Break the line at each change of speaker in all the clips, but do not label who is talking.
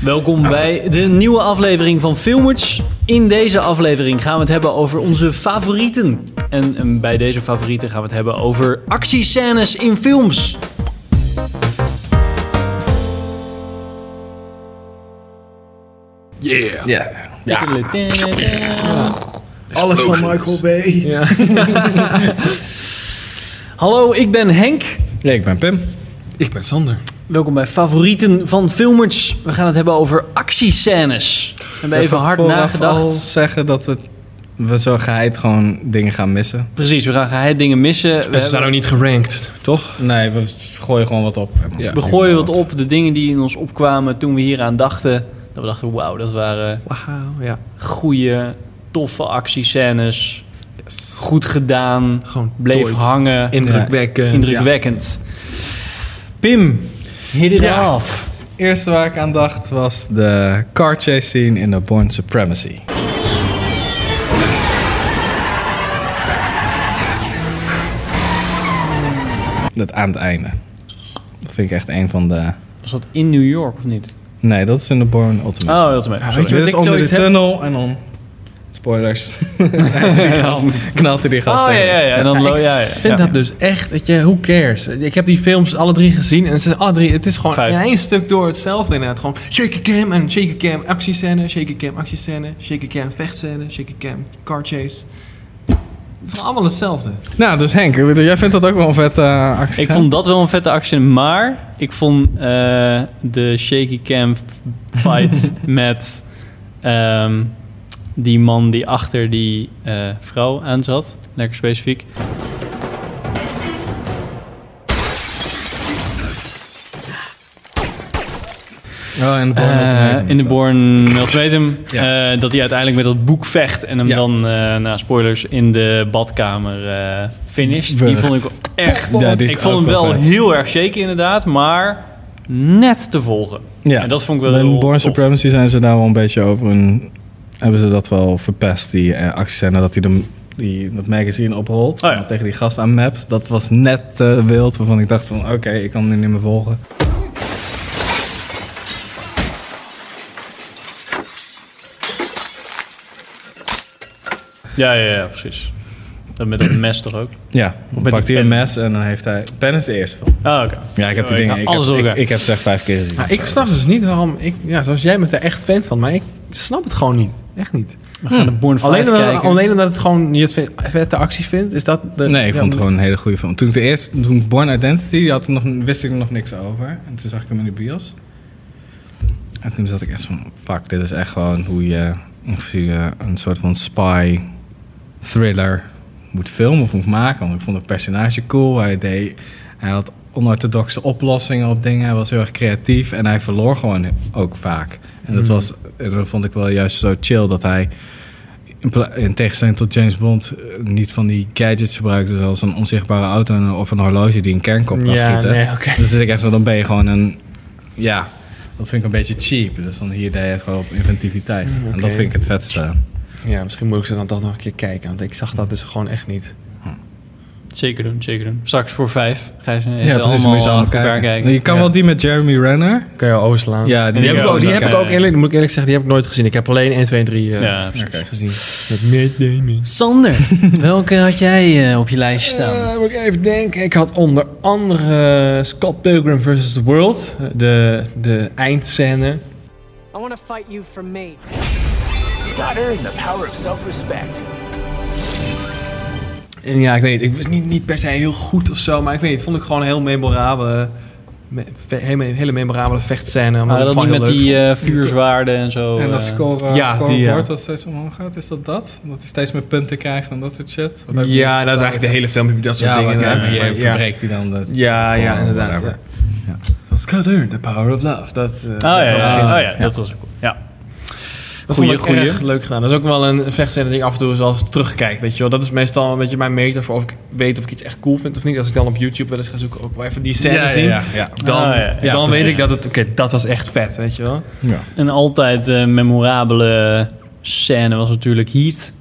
Welkom bij de nieuwe aflevering van Filmers. In deze aflevering gaan we het hebben over onze favorieten. En, en bij deze favorieten gaan we het hebben over actiescènes in films.
Yeah.
Ja.
Alles van Michael Bay.
Hallo, ik ben Henk.
ik ben Pim.
Ik ben Sander.
Welkom bij Favorieten van Filmers. We gaan het hebben over actiescènes. We hebben even hard
vooraf
nagedacht.
al zeggen dat we, we zo geheid gewoon dingen gaan missen.
Precies, we gaan geheid dingen missen. We,
En ze zijn
hebben-
ook niet gerankt, toch?
Nee, we gooien gewoon wat op.
Ja.
we gooien wat op, de dingen die in ons opkwamen toen we hieraan dachten. Dat we dachten, wauw, dat waren
Wauw, ja.
goede, toffe actiescènes. Goed gedaan.
Gewoon
Bleef
dooid.
hangen.
Indrukwekkend.
Indrukwekkend. Pim, hit it
Ja.
off.
Eerste waar ik aan dacht was de car chase scene in de Born Supremacy. Dat aan het einde. Dat vind ik echt een van de...
Was dat in New York of niet?
Nee, dat is in de Born Ultimate.
Oh, dat is mee.
Ja,
Sorry.
weet je
Dit
wat ik
is onder de
zoiets heb?
tunnel en dan... Spoilers. Knalt hij die gast
Oh ja,
tegen.
ja, ja. En dan
Ja,
lo- ja, ja,
ik vind
ja.
dat dus echt, weet je, who cares? Ik heb die films alle drie gezien en ze zijn alle drie, het is gewoon
Vijf.
in één stuk door hetzelfde inderdaad. Gewoon shaky cam en shaky cam actiescène, shaky cam actiescène, shaky cam vechtscène, shaky cam car chase. Het is gewoon allemaal hetzelfde.
Nou, dus Henk, ik bedoel, jij vindt dat ook wel een vette eh, actie.
Ik vond dat wel een vette actie, maar ik vond eh, de shaky cam fight met ehm, die man die achter die eh, vrouw aan zat. Lekker specifiek.
Oh, in de
Eh,
dus Born Ultimatum
in
is
de
dat.
Born Ultimatum.
Ja.
eh, dat hij uiteindelijk met dat boek vecht en hem
Ja.
dan, eh na spoilers, in de badkamer eh finisht. Die
Wurgt.
vond ik echt...
Ja, die is
ik vond hem
ook wel
wel
vet.
heel erg shaky inderdaad, maar net te volgen.
Ja.
En dat vond ik wel
Bij
heel
Born
tof.
Supremacy zijn ze daar wel een beetje over. een- hebben ze dat wel verpest, die eh, actiescène dat hij de, die, dat magazine oprolt.
Oh ja.
en tegen die gast aan mapt. Dat was net eh, wild, waarvan ik dacht van oké, ik kan die niet meer volgen.
Ja, ja, ja, precies. Dat met dat mes toch ook?
Ja, dan
met
pakt
die
hij een
pen.
mes en dan heeft hij... Pen is de eerste film.
Ah, oké.
Ja, ik heb die
Oh,
dingen...
hou
Ik,
alles
heb,
door
ik,
elkaar.
ik heb ze echt vijf keer gezien.
Nou, ik snap dus niet waarom ik, ja, zoals jij bent er echt fan van, maar ik snap het gewoon niet. Echt niet.
We gaan de Born 5
Alleen omdat,
kijken.
alleen omdat het gewoon je het vindt- vette acties vindt, is dat... De,
Nee, ik
ja,
vond het gewoon een hele goede film. Toen ik de eerste, toen Born Identity, had ik nog, wist ik er nog niks over. En toen zag ik hem in de bios. En toen zat ik echt van, fuck, dit is echt gewoon hoe je ongeveer eh, een soort van spy thriller moet filmen of moet maken. Want ik vond het personage cool. Hij, deed, hij had onorthodoxe oplossingen op dingen. Hij was heel erg creatief en hij verloor gewoon ook vaak. En
Hmm.
dat, was, en dat vond ik wel juist zo chill dat hij in, pla- in tegenstelling tot James Bond eh, niet van die gadgets gebruikte, zoals een onzichtbare auto en- of een horloge die een kernkop kan
Ja,
schieten.
nee, oké.
Dus zit ik echt zo, dan ben je gewoon een. Ja, dat vind ik een beetje cheap. Dus dan hier deed je het gewoon op inventiviteit.
Mm,
En
oké.
dat vind ik het vetste.
Ja, misschien moet ik ze dan toch nog een keer kijken, want ik zag dat dus gewoon echt niet.
Zeker doen, zeker doen. Straks voor vijf ga je ze even
Ja, precies. Moet je
allemaal
ze
aan
allemaal
elkaar kijken.
kijken. Je kan
Ja.
wel die met Jeremy Renner.
Kan je overslaan.
Ja,
die, heb, ik ook, die heb ik ook eerlijk, moet ik eerlijk zeggen, die heb ik nooit gezien. Ik heb alleen 1, 2 3 eh,
Ja,
Oké.
gezien. Met Matt Damon.
Sander, welke had jij eh, op je lijst staan?
Eh, moet ik even denken. Ik had onder andere eh, Scott Pilgrim vs. The World. eh, De, de eindscène.
I want to fight you for me.
Scott earned the power of self-respect.
En ja, ik weet niet. Ik was niet, niet per se heel goed of zo. Maar ik weet niet. Vond ik gewoon een heel memorabele. me- ve- hele, hele memorabele vechtscène. Omdat
Ah,
ik
dat
gewoon
niet
heel
met
leuk
die
vond.
eh, vuurzwaarden en zo.
En dat
eh.
score,
ja,
scorebord
die, ja.
wat steeds omhoog gaat, is dat dat? Dat hij steeds meer punten krijgt en dat soort shit? Wat heb je
ja,
niet
dat is eigenlijk
vertaald?
de hele film. heb je Dat soort
Ja,
dingen.
want ja,
inderdaad.
die, eh,
ja,
verbreekt hij dan. Dat,
ja, ja,
Oh,
inderdaad.
whatever.
Ja. Scott Earn, The Power of Love. Dat, eh,
Oh ja, ja, ja.
Ja.
Oh, ja, dat was ook cool. Ja.
Dat
Goeie,
vond ik
goeie.
erg leuk gedaan. Dat is ook wel een vechtscène die ik af en toe eens wel eens terugkijk, weet je wel. Dat is meestal een beetje mijn meter voor of ik weet of ik iets echt cool vind of niet. Als ik dan op YouTube wel eens ga zoeken, ook wel even die scène
Ja, ja,
zien.
ja, ja.
Dan,
Ah, ja.
Ja,
dan weet
precies.
ik dat het, oké, dat was echt vet, weet je wel.
Ja.
Een altijd eh, memorabele scène was natuurlijk Heat.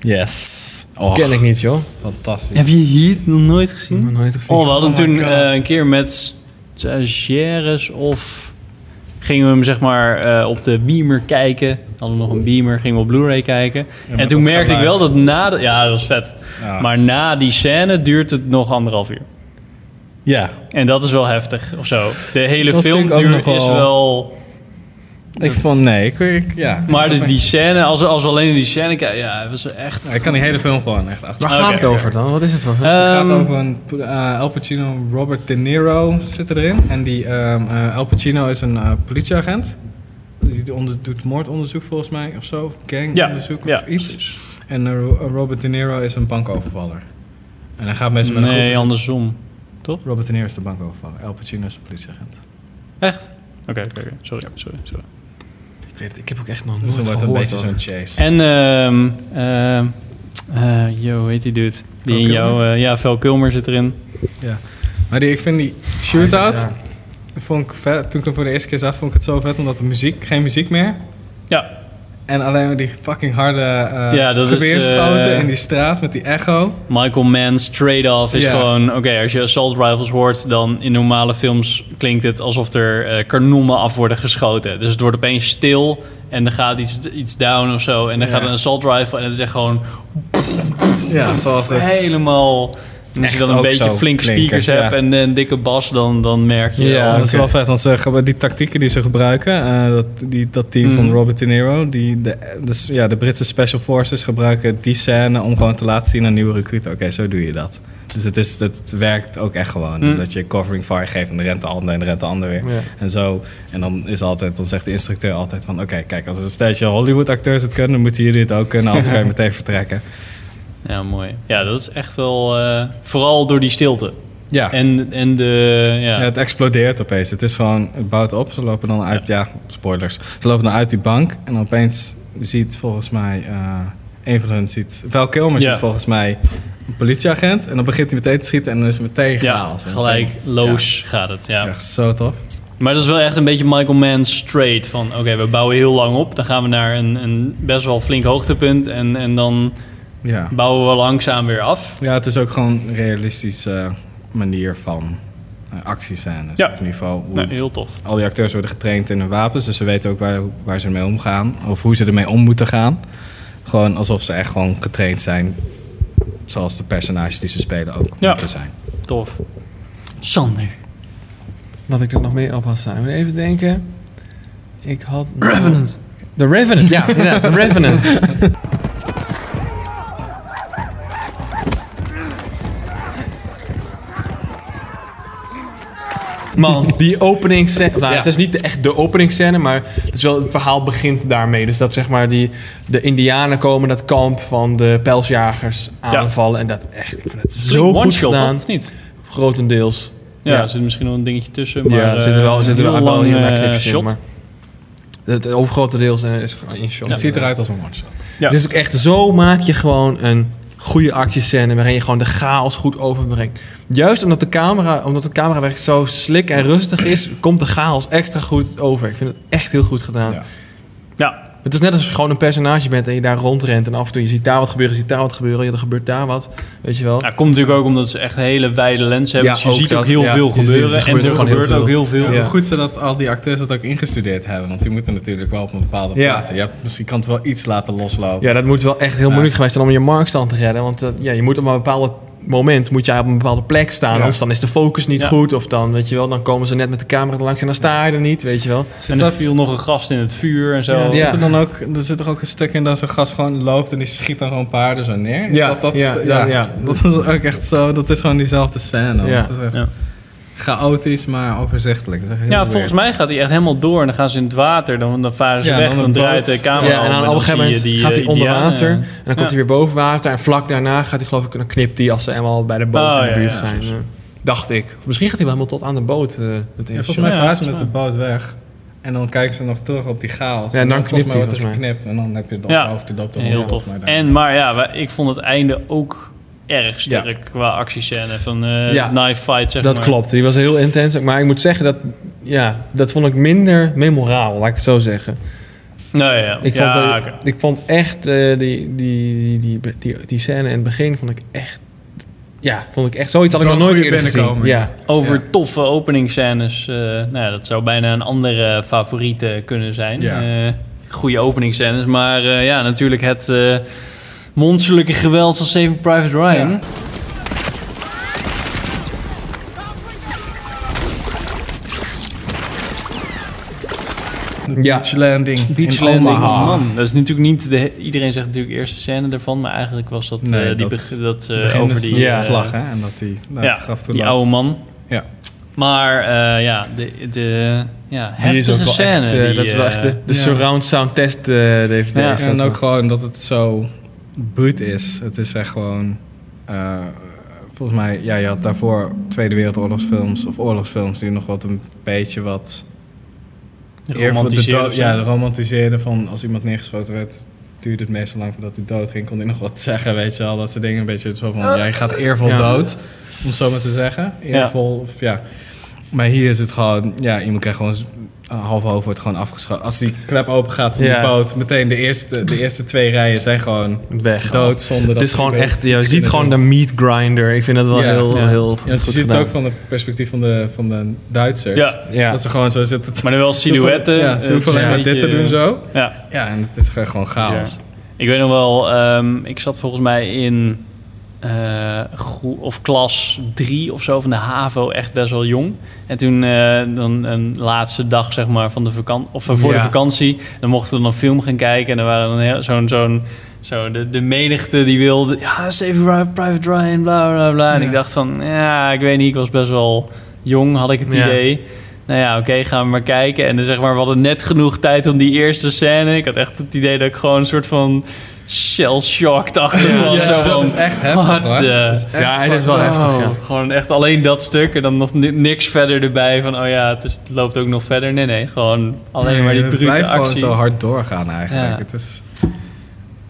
Yes. Oh,
Ken ik niet, joh.
fantastisch.
Heb je Heat nog nooit gezien?
Nog nooit gezien.
Oh, we hadden
Oh my
toen
God.
eh, een keer met stagiaires of gingen we hem zeg maar eh, op de beamer kijken. Hadden we nog een beamer, gingen we op Blu-ray kijken. en
met
toen
dat
merkte ik wel
geluid.
dat na... de- ja, dat was vet.
Ja.
Maar na die scène duurt het nog anderhalf uur.
Ja,
En dat is wel heftig, of zo. De hele
Dat vind
film
ik ook nog
duurt
wel-
is wel...
ik vond nee, ik, ik ja.
Maar dus
ik,
die scène, als we, als we alleen naar die scène kijken... Ja, dat was echt...
ik kan die hele film gewoon echt achter.
Waar
Oké.
gaat het over dan? Wat is het voor film?
Het gaat
Ehm,
over een eh, Al Pacino, Robert De Niro zit erin. En die ehm, eh, Al Pacino is een eh, politieagent. Die onder- doet moordonderzoek volgens mij of zo. Of gangonderzoek of
ja,
iets.
precies.
En eh, Ro- Robert De Niro is een bankovervaller. En hij gaat met z'n met een groep-
Nee, andersom.
Robert De Niro is de bankovervaller. Al Pacino is de politieagent.
Echt? Oké, oké, oké. sorry, sorry, sorry.
Ik, weet, het, ik heb ook echt nog nooit
Dus dan wordt
gehoord.
het een beetje
hoor.
zo'n chase.
En, ehm ehm eh, yo, hoe heet die dude? Die
Val
in jou,
Kilmer?
eh, ja, Val Kilmer zit erin.
Maar die, ik vind die shootout,
Ja.
vond ik vet. toen ik hem voor de eerste keer zag, vond ik het zo vet. Omdat de muziek, geen muziek meer.
Ja,
En alleen maar die fucking harde eh
Ja, dat is,
geweerschoten
eh,
in die straat met die echo.
Michael Mann's trade-off is
Ja.
gewoon... Oké, als je assault rifles hoort, dan in normale films klinkt het alsof er eh, kanonnen af worden geschoten. Dus het wordt opeens stil en er gaat iets, iets down of zo. En dan
Ja.
gaat een assault rifle en het is echt gewoon
Ja, zoals het.
helemaal... En Als je
Echt
dan een
ook
beetje
zo
flinke
klinken,
speakers hebt
ja.
en een dikke bas, dan, dan merk je...
Ja,
oh,
dat is
oké.
wel vet. Want ze, ge- die tactieken die ze gebruiken, eh, dat, die, dat team
Mm.
Hmm.
van Robert De Niro, die, de, dus, ja, de Britse Special Forces gebruiken die scène om gewoon te laten zien aan nieuwe recruten. Oké, zo doe je dat. Dus het, is, het werkt ook echt gewoon. Dus
Mm.
dat je covering fire geeft en de rent de ander en de rent de ander weer.
Hmm. Ja.
En zo. En dan, is altijd, dan zegt de instructeur altijd van... Oké, kijk, als er een stage Hollywood acteurs het kunnen... dan moeten jullie het ook kunnen, anders kan je meteen vertrekken.
Ja, mooi. Ja, dat is echt wel... eh, vooral door die stilte.
Ja.
Ah.
En, en de... Ja.
Ja, het explodeert opeens. Het is gewoon, het bouwt op. Ze lopen dan uit, ja, spoilers. Ze lopen dan uit die bank en opeens ziet volgens mij, eh, een van hun ziet, Val Kilmer
Ja.
ziet volgens mij een politieagent. En dan begint hij meteen te schieten en dan is het meteen
ja
chaos. En
gelijk
meteen-
loos gaat het. Ja.
Ja, echt zo tof.
Maar dat is wel echt een beetje Michael Mann straight. Van oké, we bouwen heel lang op. Dan gaan we naar een, een best wel flink hoogtepunt. En, en dan
Ja.
bouwen we langzaam weer af.
ja, het is ook gewoon een realistische eh, manier van eh, actiescènes.
Ja.
Op niveau hoe
Nou, heel tof.
al die acteurs worden getraind in hun wapens, dus ze weten ook waar, waar ze mee omgaan of hoe ze ermee om moeten gaan. Gewoon alsof ze echt gewoon getraind zijn, zoals de personages die ze spelen ook
Ja.
moeten zijn.
Tof. Sander.
Wat ik er nog meer op had staan. Ik moet even denken. Ik had... Revenant. The Revenant, ja. inderdaad, The Revenant. Man, die openingsscène... Nou, Het is niet de- echt de openingsscène, maar het, is wel, het verhaal begint daarmee. Dus dat zeg maar die, de indianen komen dat kamp van de pelsjagers aanvallen. En dat echt, ik vind het zo goed
One-shot, toch?
gedaan.
Of niet?
Grotendeels.
Ja,
Ja.
er zit misschien nog een dingetje tussen. Maar,
Ja, er zitten wel, er
eh,
zitten wel,
heel
wel
lang,
hier en daar
eh,
knipjes in,
shot.
maar Het overgrote deel is, eh, is gewoon in shot.
Het ziet eruit als een one-shot.
Ja.
Het is ook echt, zo maak je gewoon een goede actiescène waarin je gewoon de chaos goed overbrengt. Juist omdat de camera, omdat het camerawerk zo slik en rustig is, komt de chaos extra goed over. Ik vind het echt heel goed gedaan.
Ja.
Ja,
Het is net alsof je gewoon een personage bent en je daar rondrent en af en toe je ziet daar wat gebeuren, je ziet daar wat gebeuren, ja, er gebeurt daar wat, weet je wel.
dat komt natuurlijk ook omdat ze echt hele wijde lens hebben.
Ja,
dus je
ook
ziet
dat,
ook heel
ja.
veel
Je ziet- er
gebeuren.
gebeurt
en er
gewoon heel
gebeurt
veel.
ook heel veel.
Ja. Hoe goed ze dat al die acteurs dat ook ingestudeerd hebben, want die moeten natuurlijk wel op een bepaalde
Ja.
plaats. zijn. Je hebt, misschien kan het wel iets laten loslopen.
Ja, dat moet wel echt heel
Ja.
moeilijk geweest zijn om je marktstand te redden. Want eh, ja, je moet op een bepaald moment moet jij op een bepaalde plek staan.
Ja.
Anders dan is de focus niet
Ja.
goed. Of dan, weet je wel, dan komen ze net met de camera er langs en dan sta je er niet, weet je wel.
En
Zit
er
dat,
viel nog een gast in het vuur en zo.
ja,
Ja.
Zit er, dan ook, er zit toch ook een stuk in dat zo'n gast gewoon loopt en die schiet dan gewoon paarden zo neer? Is
Ja,
dat, dat,
ja, ja, ja.
dat is ook echt zo. Dat is gewoon diezelfde scène. hoor.
Ja.
Dat is echt-
Ja.
chaotisch, maar overzichtelijk. Dat is echt heel
Ja,
weird.
volgens mij gaat hij echt helemaal door. En dan gaan ze in het water. Dan, dan varen ze
Ja,
weg.
dan
Dan,
een
draait
boot.
de camera
Ja, en
om
dan op een gegeven
zie je
moment
die,
gaat
eh,
hij onder
Indianen.
water. En dan komt
Ja.
hij weer boven water. En vlak daarna gaat hij geloof ik, dan knipt hij als ze helemaal bij de boot
Oh,
in de
ja,
buurt
ja,
zijn.
precies.
eh, dacht ik. Of misschien gaat hij wel helemaal tot aan de boot. eh met ja,
Ja, volgens mij
Ja,
varen ze
dat
met
is
de boot weg. En dan kijken ze nog terug op die chaos.
Ja, en dan
volgens
knipt
mij
hij
wordt het
volgens mij.
geknipt. En dan heb je dat
Ja.
hoofd die loopt
Ja,
dan
heel
rond,
tof.
maar dan-
En, maar ja, wa- ik vond het einde ook erg sterk qua actiescène. Van eh
Ja.
knife fight, zeg
Dat
maar.
klopt. Die was heel intens. ook. Maar ik moet zeggen dat, ja, dat vond ik minder memorabel, laat ik het zo zeggen.
Nou ja,
Ik vond,
ja,
dat-
oké.
ik vond echt eh, die, die, die, die, die, die scène in het begin vond ik echt. Ja, vond ik echt zoiets had ik
Zo'n
nog nooit
goede
eerder gezien.
binnenkomer.
Ja.
Over toffe openingsscènes. eh nou ja, dat zou bijna een andere favoriete kunnen zijn.
Ja.
Eh, goede openingsscènes. Maar eh, ja, natuurlijk het eh monsterlijke geweld van Saving Private Ryan.
Ja. De
Ja.
Beach landing.
Beach
in
Landing,
Omaha.
man. Dat is natuurlijk niet... De, iedereen zegt natuurlijk de eerste scène daarvan. Maar eigenlijk was dat... eh,
Nee,
die
dat-
beg- dat eh,
Begin
over
is
die...
de
eh,
vlag, hè? En dat die naar het
ja,
graf toe
die
loopt.
oude man.
Ja.
Maar eh, ja, de, de ja,
Die is ook
heftige
wel
scène.
echt, eh,
die,
dat is wel
eh,
echt de, de
ja.
surround sound test eh DVD.
Ja,
is dat
en
dan.
ook gewoon dat het zo bruut is. Het is echt gewoon... eh, volgens mij, ja, je had daarvoor Tweede Wereldoorlogsfilms of oorlogsfilms... die nog wat een beetje wat... eer voor de
romantiseerde
dood, ja, de romantiseerde van als iemand neergeschoten werd... duurde het meestal lang voordat hij dood ging. Kon hij nog wat zeggen, weet je wel. Dat soort dingen. Een beetje zo van, ja, je gaat eervol
Ja.
dood. Om het zo maar te zeggen. Eervol, of ja... Maar hier is het gewoon, ja, iemand krijgt gewoon z- een half hoofd wordt gewoon afgeschoten. Als die klep open gaat van
Ja.
die boot, meteen de eerste, de eerste twee rijen zijn gewoon
weg.
dood zonder
Het
dat
is
ze
gewoon echt,
überhaupt iets
je ziet
kunnen
gewoon de
doen.
meat grinder. Ik vind dat wel
Ja,
heel,
ja.
heel
Ja, want je
goed
ziet het
gedaan.
ook van het perspectief van de, van de Duitsers.
Ja.
Ja.
Dat ze gewoon zo zitten. te-
Maar dan wel silhouetten.
Ja,
eh,
ze hoeven
zo'n
alleen maar dit te
beetje-
doen zo.
Ja.
Ja, en het is gewoon chaos.
Ja. Ik weet nog wel, ehm, ik zat volgens mij in eh, groe- of klas 3 of zo van de HAVO, echt best wel jong. En toen, eh, dan een laatste dag zeg maar van de vakantie, of eh, voor de
Ja.
vakantie, dan mochten we dan een film gaan kijken. En er waren dan heel- zo'n, zo'n, zo de, de menigte die wilde, ja, Saving Ry- Private Ryan, bla bla bla. En
Ja.
ik dacht van, ja, ik weet niet, ik was best wel jong, had ik het
Ja.
idee. Nou ja, oké, gaan we maar kijken. En dan zeg maar, we hadden net genoeg tijd om die eerste scène. Ik had echt het idee dat ik gewoon een soort van shell-shocked achter was.
Ja,
zo
dat
van,
is echt heftig
what
hoor.
the-
Ja, het is wel
fucked
heftig.
up.
Ja.
Gewoon echt alleen dat stuk en dan nog ni- niks verder erbij van... oh ja, het, is- het loopt ook nog verder. Nee, nee, gewoon alleen maar die
Nee, het
brute
blijft
actie.
gewoon zo hard doorgaan eigenlijk.
Ja.
Het is,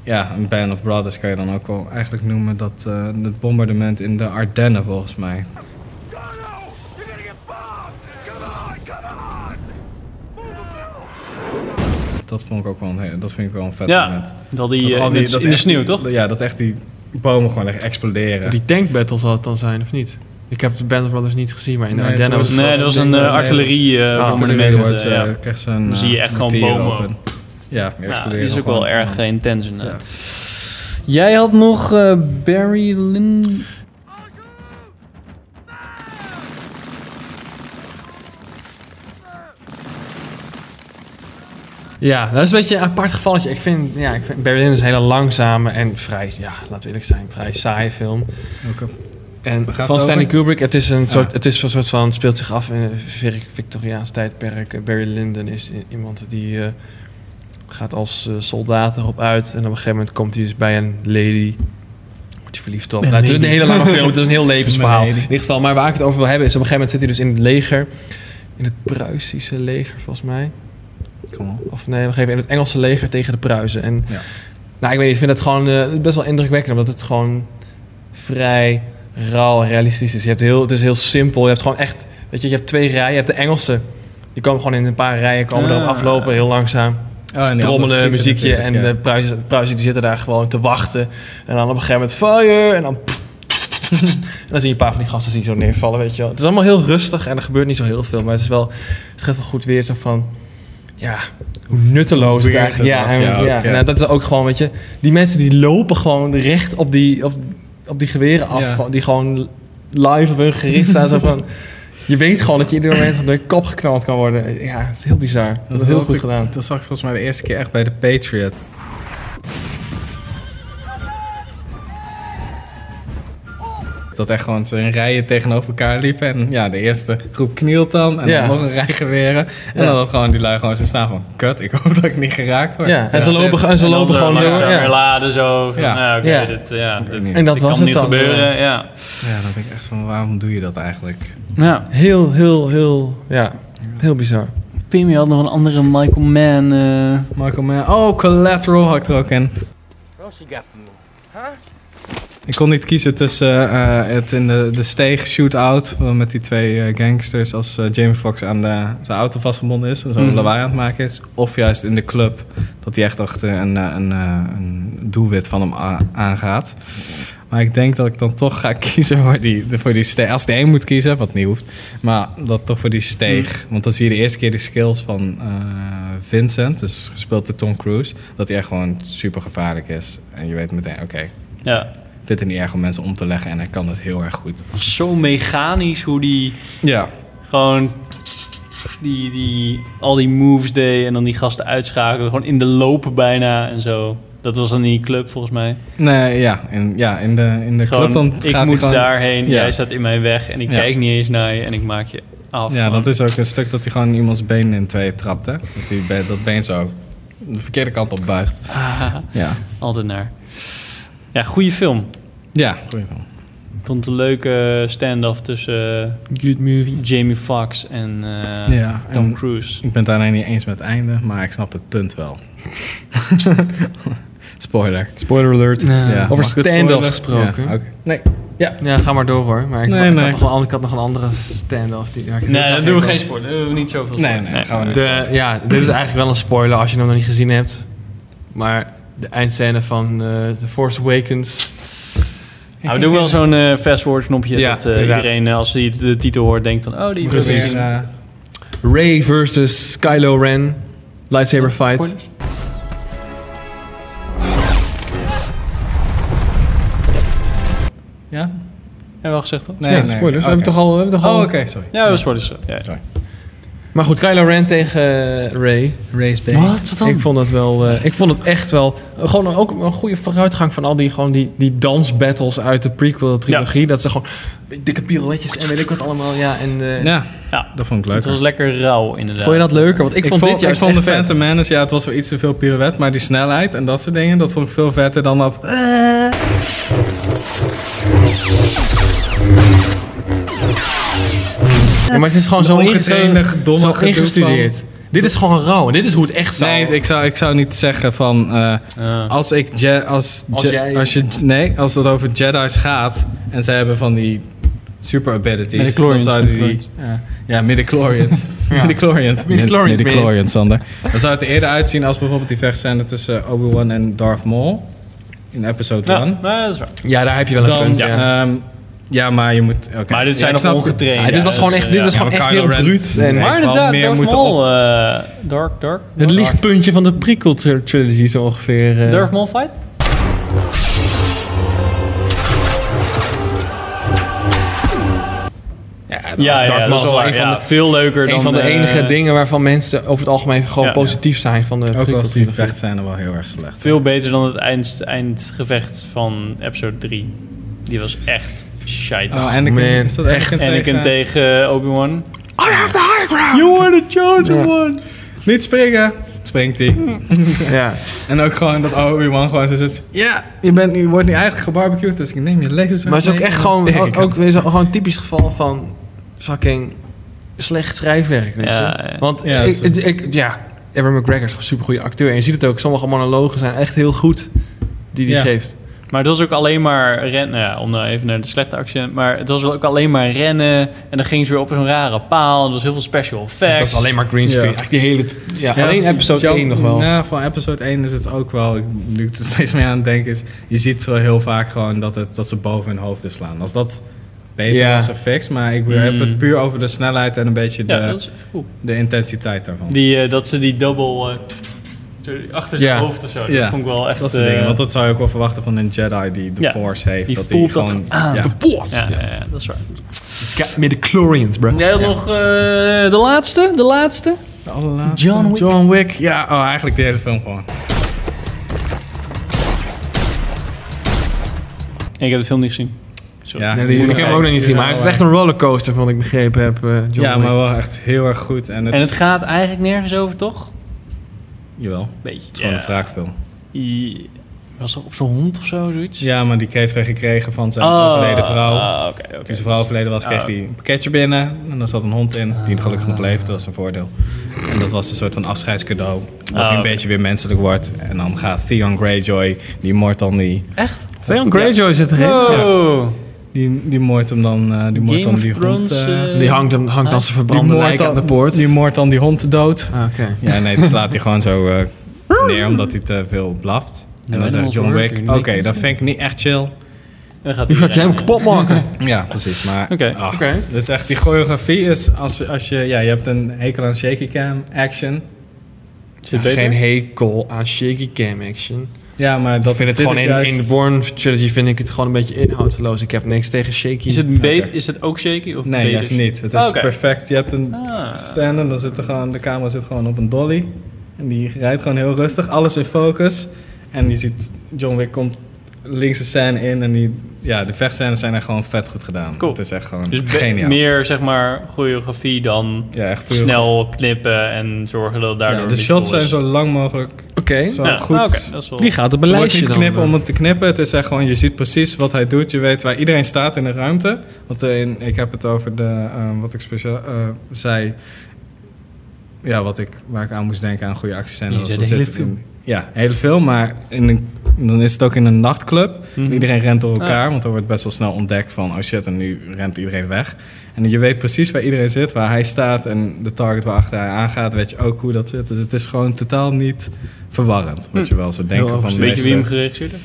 ja, een Band of Brothers kan je dan ook wel eigenlijk noemen dat eh, het bombardement in de Ardennen volgens mij.
You're gonna get bombed! Come on, come on!
Dat vond ik ook wel een, he- dat vind ik wel een vet
ja,
moment.
dat die, eh,
al
dat is in de
echt
sneeuw,
die-
toch?
Ja, dat echt die bomen gewoon echt exploderen.
Die tank battle zal het dan zijn, of niet? Ik heb de Band of Brothers niet gezien, maar in de
Nee,
Ardennen
zo
was
is
het...
Nee,
dat
dat was
ding
een
dat
eh,
hele-
artillerie eh,
Ah,
Toen
bombardement,
wordt,
eh,
eh,
ja.
krijgt ze een,
Dan zie je echt gewoon
mortier
bomen.
open. Ja, die
Ja, die
exploderen
is ook
gewoon
wel erg eh.
allemaal.
intens inderdaad. Jij had nog eh, Barry Lynn...
Ah!
Ja, dat is een beetje een apart gevalletje. Ik vind, ja, ik vind Berlin is een hele langzame en vrij, ja, laten we eerlijk zijn, vrij saaie film.
Ook een-
En
Waar gaat
van
het
Stanley
over? Ah.
Kubrick, het is een soort, het is een soort van, speelt zich af in een vir- Victoriaans tijdperk. Eh, Barry Lyndon is i- iemand die eh, gaat als eh, soldaat erop uit. En op een gegeven moment komt hij dus bij een lady. Wordt hij verliefd op. Nou, het is een hele lange film, het is een heel levensverhaal.
Een
In
lady.
ieder geval, maar waar ik het over wil hebben is op een gegeven moment zit hij dus in het leger. In het Pruisische leger, volgens mij.
Kom op.
Of nee, we geven in het Engelse leger tegen de Pruisen. En,
Ja.
Nou, ik weet niet, ik vind dat gewoon eh, best wel indrukwekkend, omdat het gewoon vrij rauw en realistisch is. Je hebt heel, het is heel simpel. Je hebt gewoon echt, weet je, je hebt twee rijen. Je hebt de Engelse, die komen gewoon in een paar rijen, komen erop
Ah.
aflopen, heel langzaam.
Oh, en die andere
Trommelen,
schieten
muziekje en eh,
natuurlijk, ja.
de Pruisen, Pruisen die zitten daar gewoon te wachten. En dan op een gegeven moment fire en dan... En dan zie je een paar van die gasten zien zo neervallen, weet je wel. Het is allemaal heel rustig en er gebeurt niet zo heel veel. Maar het is wel, het geeft wel goed weer zo van... Ja, hoe nutteloos het
Weird
eigenlijk
het
ja,
was,
en-
ja, ook,
ja,
ja.
nou, dat is ook gewoon, weet je... Die mensen die lopen gewoon recht op die, op, op die geweren af.
Ja.
gewoon- die gewoon live op hun gericht staan. zo van, je weet gewoon dat je ieder moment op de kop geknald kan worden. Ja, het is heel bizar. Dat, is heel
had
goed
ik-
gedaan.
Dat zag ik volgens mij de eerste keer echt bij de Patriot. Dat echt gewoon zo'n rijen tegenover elkaar liepen. En ja, de eerste groep knielt dan. En
Ja.
dan nog een rij geweren. En
Ja.
dan had gewoon die lui gewoon zo staan van... Kut, ik hoop dat ik niet geraakt word.
Ja, en ze
That's
lopen,
it.
en ze
En dan
lopen
zo
gewoon door.
langzaam
ja.
weer laden zo. Van,
Ja.
nou, oké,
Ja.
dit, ja,
weet
dit-
niet.
En dat
dit
was
kan
het
nu
dan.
gebeuren, ja.
Ja, dan denk ik echt van... Waarom doe je dat eigenlijk?
ja.
Heel, heel, heel, ja, heel bizar.
Pim, je had nog een andere Michael Mann. eh.
Michael Mann. Oh, Collateral had ik er ook in.
What else you got for me? Huh?
Ik kon niet kiezen tussen eh, het in de, de steeg shootout met die twee eh, gangsters als eh, Jamie Foxx aan de, zijn auto vastgebonden is en zo'n
Mhm.
lawaai aan het maken is. Of juist in de club dat hij echt achter een, eh, een, eh, een doelwit van hem a- aangaat. Maar ik denk dat ik dan toch ga kiezen voor die, voor die steeg. Als ik er één moet kiezen, wat niet hoeft. Maar dat toch voor die steeg.
Mm.
Want dan zie je de eerste keer de skills van eh, Vincent, dus gespeeld door Tom Cruise. Dat hij echt gewoon super gevaarlijk is. En je weet meteen, oké,
Ja.
vindt het niet erg om mensen om te leggen en hij kan dat heel erg goed.
Zo mechanisch hoe die
Ja.
gewoon die, die, al die moves deed en dan die gasten uitschakelen. Gewoon in de lopen bijna en zo. Dat was dan in die club volgens mij.
Nee, ja. In, ja, in de, in de
Gewoon,
club dan
ik
gaat
moet
hij gewoon...
daarheen,
Ja.
jij staat in mijn weg en ik
Ja.
kijk niet eens naar je en ik maak je af.
Ja,
man.
dat is ook een stuk dat hij gewoon iemands been in twee trapt, hè. Dat, hij be- dat been zo de verkeerde kant op buigt. Ja.
Altijd naar. Ja, goede film.
Ja, goeie van.
Ik vond het een leuke stand-off tussen
Good movie.
eh, Jamie Foxx en eh,
Ja,
Tom
en-
Cruise.
Ik ben het alleen niet eens met het einde, maar ik snap het punt wel. Spoiler.
Spoiler alert.
Ja.
Over
Mag ik het
stand-offs
spoileren?
gesproken.
Ja,
Ja,
oké. Nee.
ga maar door hoor. Maar ik,
Nee,
ik
nee.
Had nog wel, ander- ik had nog een andere stand-off. Die, ja, ik-
Nee,
dat
dan doen we
ga
geen
ik
sport. We niet zoveel
Nee, nee, gaan we niet.
De, ja, dit is eigenlijk wel een spoiler als je hem nog niet gezien hebt. Maar de eindscène van eh, The Force Awakens.
we doen wel zo'n eh, fast-forward knopje
Ja,
dat eh,
inderdaad.
iedereen eh, als hij de titel hoort denkt van... Oh, die
Precies.
wil ik
Weer,
zien.
eh,
Ray versus Kylo Ren. Lightsaber fight.
Spoilers?
ja?
Hebben we al gezegd toch?
Nee,
ja,
nee,
spoilers. We hebben toch
oké.
al... We hebben toch
Oh,
al...
oké, sorry.
Ja, we sporten zo. Ja.
Maar goed, Kylo Ren tegen eh, Ray.
Race Bay.
Ik vond dat wel. eh, ik vond het echt wel. Gewoon ook een goede vooruitgang van al die, gewoon die, die dansbattles uit de prequel trilogie. Dat ze gewoon dikke pirouetjes en weet ik wat allemaal. Ja, en, eh,
Ja,
Ja.
dat vond ik leuk.
Het was lekker rauw inderdaad.
Vond je dat leuker? Want ik, vond dit juist
ik vond
echt
de
vet.
Phantom Menace, ja, het was wel iets te veel pirouette, maar die snelheid en dat soort dingen, dat vond ik veel vetter dan dat.
Ja, maar het is gewoon zo
ongetrainde,
inge-
domme
zo
gedoe
ingestudeerd. Dit is gewoon rauw. en Dit is hoe het echt zou.
Nee, ik zou, ik zou niet zeggen van. eh,
Ah.
als ik. Je, als,
Als
je-
jij-
als je, nee, als het over Jedi's gaat en zij hebben van die super abilities. Dan
Midichlorians,
zouden die.
midichlorians.
Ja, ja midichlorians. Midichlorians.
Midichlorians,
Midichlorians, Sander. Dan zou het er eerder uitzien als bijvoorbeeld die vechtscène tussen Obi-Wan en Darth Maul. In episode
Ja,
1.
nou, dat is waar.
Ja, daar heb je wel een
Dan,
punt. Ja.
ja. ja, maar je moet... oké.
Maar dit
Ja,
zijn
ik
nog
snap-
ongetraind.
Ja, dit was gewoon
dus,
echt-
eh,
dit was
ja.
gewoon
maar
echt
Kylo
heel
Ren-
bruut. En-
Nee,
Maar
vooral
inderdaad,
meer
Darth
moeten op-
Maul. eh, dark, dark.
het lichtpuntje van de prequel tri- trilogy zo ongeveer. eh.
Darth Maul fight?
Ja,
Ja, ja,
Darth
dat
Maul
was
is
wel
een van de
veel leuker dan...
een van de
eh,
enige dingen waarvan mensen over het algemeen gewoon
Ja.
positief zijn van de
Ook
prequel
als die
trilogie.
vechtscène wel heel erg slecht.
Veel beter dan het eind, eindgevecht van episode 3. Die was echt shite.
Oh, Anakin,
man.
is dat echt
Anakin tegen, eh, Obi-Wan.
You are the chosen one.
Niet springen! Springt hij.
Ja.
En ook gewoon dat Obi-Wan gewoon zo zit. Ja, je, bent, nu wordt nu eigenlijk gebarbecued, dus ik neem je lasers
Maar het is ook echt gewoon, ook, ook
ook,
weer zo, gewoon een typisch geval van fucking slecht schrijfwerk. Weet je?
Ja, ja.
Want
Ja,
ik,
dat is-
ik, ik- ja, Evan McGregor is een supergoeie acteur. En je ziet het ook, sommige monologen zijn echt heel goed die hij
Ja.
geeft.
Maar het was ook alleen maar rennen. Nou ja, om nou even naar de slechte actie. Maar het was ook alleen maar rennen. En dan gingen ze weer op zo'n rare paal. En er was heel veel special effects.
Het was alleen maar green screen.
Ja.
Eigenlijk die hele, t- ja, alleen episode 1 nog wel.
Nou, dus van episode 1 is het ook wel. ik- Nu ik er steeds meer aan het denken is. Je ziet zo heel vaak gewoon dat, het, dat ze boven hun hoofden slaan. Als dat beter
Ja. Mm.
was gefixt. Maar ik heb het puur over de snelheid en een beetje de,
Ja, dat is echt cool.
de intensiteit daarvan.
Die, eh, dat ze die double... eh, zo achter zijn
Ja.
hoofd of zo. Dat
Ja.
vond ik wel echt...
dat soort
eh,
dingen. Want dat zou je ook wel verwachten van een Jedi die de
Ja.
Force heeft.
Die
dat
voelt dat
gewoon.
aan.
ja.
De Force.
ja, ja, ja, dat is waar.
Ga- Met de Chlorians, bro.
Jij had nog eh, de laatste? De laatste?
De allerlaatste.
John Wick.
John Wick. Ja, oh, eigenlijk de hele film gewoon.
Ik heb de film niet gezien. Sorry.
Ja,
Nee,
die
die,
is
ik heb
wel-
hem ook nog niet
die is
gezien, maar
wel
het is echt een rollercoaster van wat ik begrepen heb. eh, John
ja,
Wick.
maar wel echt heel erg goed. En het,
En het gaat eigenlijk nergens over, toch?
Jawel, het
Beetje. Het
is gewoon een vraagfilm.
Was dat op zijn hond of zo, zoiets?
Ja, maar die heeft hij gekregen van zijn
Oh,
overleden vrouw.
ah, oké, oké.
Toen zijn vrouw overleden was, kreeg
Ah.
hij een pakketje binnen. En daar zat een hond in, die gelukkig nog leefde. Dat was een voordeel. En dat was een soort van afscheidscadeau. Dat
Ah,
hij een
oké.
beetje weer menselijk wordt. En dan gaat Theon Greyjoy, die moordt dan die
Echt?
Theon Greyjoy zit erin.
Oh,
Die, die moordt hem dan, eh, die moordt
Game
dan
of
die hond.
Thrones.
eh,
eh,
Ah, Die hangt, hem, hangt als een
die,
verbrande
moordt
lijk
dan,
aan de poort.
die moordt dan die hond dood.
Ah, oké.
Ja, nee, die slaat hij gewoon zo eh, neer omdat hij te veel blaft. En dan
animals
zegt John
were
Wick,
working,
oké,
making
dat
sense.
vind ik niet echt chill.
en dan gaat
Die
hij
gaat je hem
eh,
rennen.
kapot maken.
Ja, precies. Maar
Oké.
ah,
Oké.
dat is echt die choreografie is als, als je, ja, je hebt een hekel aan shaky cam action.
Zit beter?
Geen hekel aan shaky cam action.
Ja, maar dat
ik vind het
dit
gewoon
is
in,
juist-
in de Bourne trilogy vind ik het gewoon een beetje inhoudsloos. Ik heb niks tegen shaky.
Is het beet?
Oké.
Is het ook shaky? Of
Nee,
beter? Oh,
juist niet. Het is
Oké.
perfect. Je hebt een
Ah.
stand en dan zit er gewoon, de camera zit gewoon op een dolly. En die rijdt gewoon heel rustig, alles in focus. En je ziet John Wick komt links de scène in en die, ja, de vechtscènes zijn er gewoon vet goed gedaan.
Cool.
Het is echt gewoon
Dus be-
geniaal.
meer zeg maar choreografie dan
ja, echt puur-
snel knippen en zorgen dat
Ja,
daardoor.
de
niet
shots
vol
zijn
is.
zo lang mogelijk.
Oké.
Zo
Ja,
goed.
ah, oké, dat is wel-
Die gaat op een
Het wordt
lijstje
niet
dan. eh.
knippen om het te knippen. Het is echt gewoon, je ziet precies wat hij doet. Je weet waar iedereen staat in de ruimte. Want eh, in- ik heb het over de, eh, wat ik speciaal eh, zei. Ja, wat ik, waar ik aan moest denken aan goede actiescènes.
Je
was
zei
dat
de hele
zit in- Ja, heel veel. Maar in een, dan is het ook in een nachtclub.
Mhm.
Iedereen rent door elkaar. Want dan wordt best wel snel ontdekt van, oh shit, en nu rent iedereen weg. En je weet precies waar iedereen zit, waar hij staat en de target waarachter hij aangaat, weet je ook hoe dat zit. Dus het is gewoon totaal niet verwarrend, wat je
Hm.
wel zou denken
Heel
van de
Weet je wie hem
meeste-
geregisseerd heeft?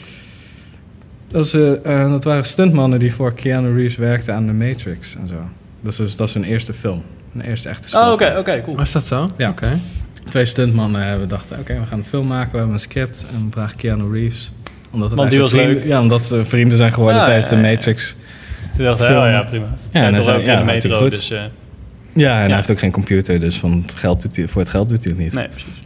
dat, is, eh, eh, dat waren stuntmannen die voor Keanu Reeves werkten aan The Matrix en zo. Dat is, dus- dat is een eerste film, een eerste echte film.
Oh, oké, oké, cool.
Is dat zo?
Ja.
Oké.
Twee stuntmannen hebben dachten, oké, we gaan een film maken, we hebben een script en we vragen Keanu Reeves. Omdat het
Want die
eigenlijk
was
vrienden,
leuk.
Ja, omdat ze vrienden zijn geworden
Ah,
tijdens
ja,
The
ja, ja.
Matrix.
Toen dacht hij,
Film.
oh ja, prima.
en
en
dan
toch
zei-
ook in
ja,
de
dat is
metro,
goed.
dus... eh,
Ja, en
Ja.
hij heeft ook geen computer, dus van het geld doet hij, voor het geld doet hij het niet.
nee, precies.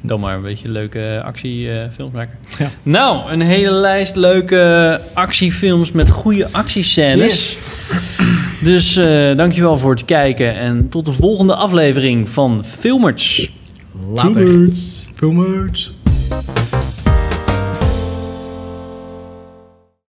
Dan maar een beetje leuke eh, actiefilms maken.
Ja.
Nou, een hele lijst leuke eh, actiefilms met goede actiescènes. Dus eh, dankjewel voor het kijken en tot de volgende aflevering van Filmers.
Later. Filmers.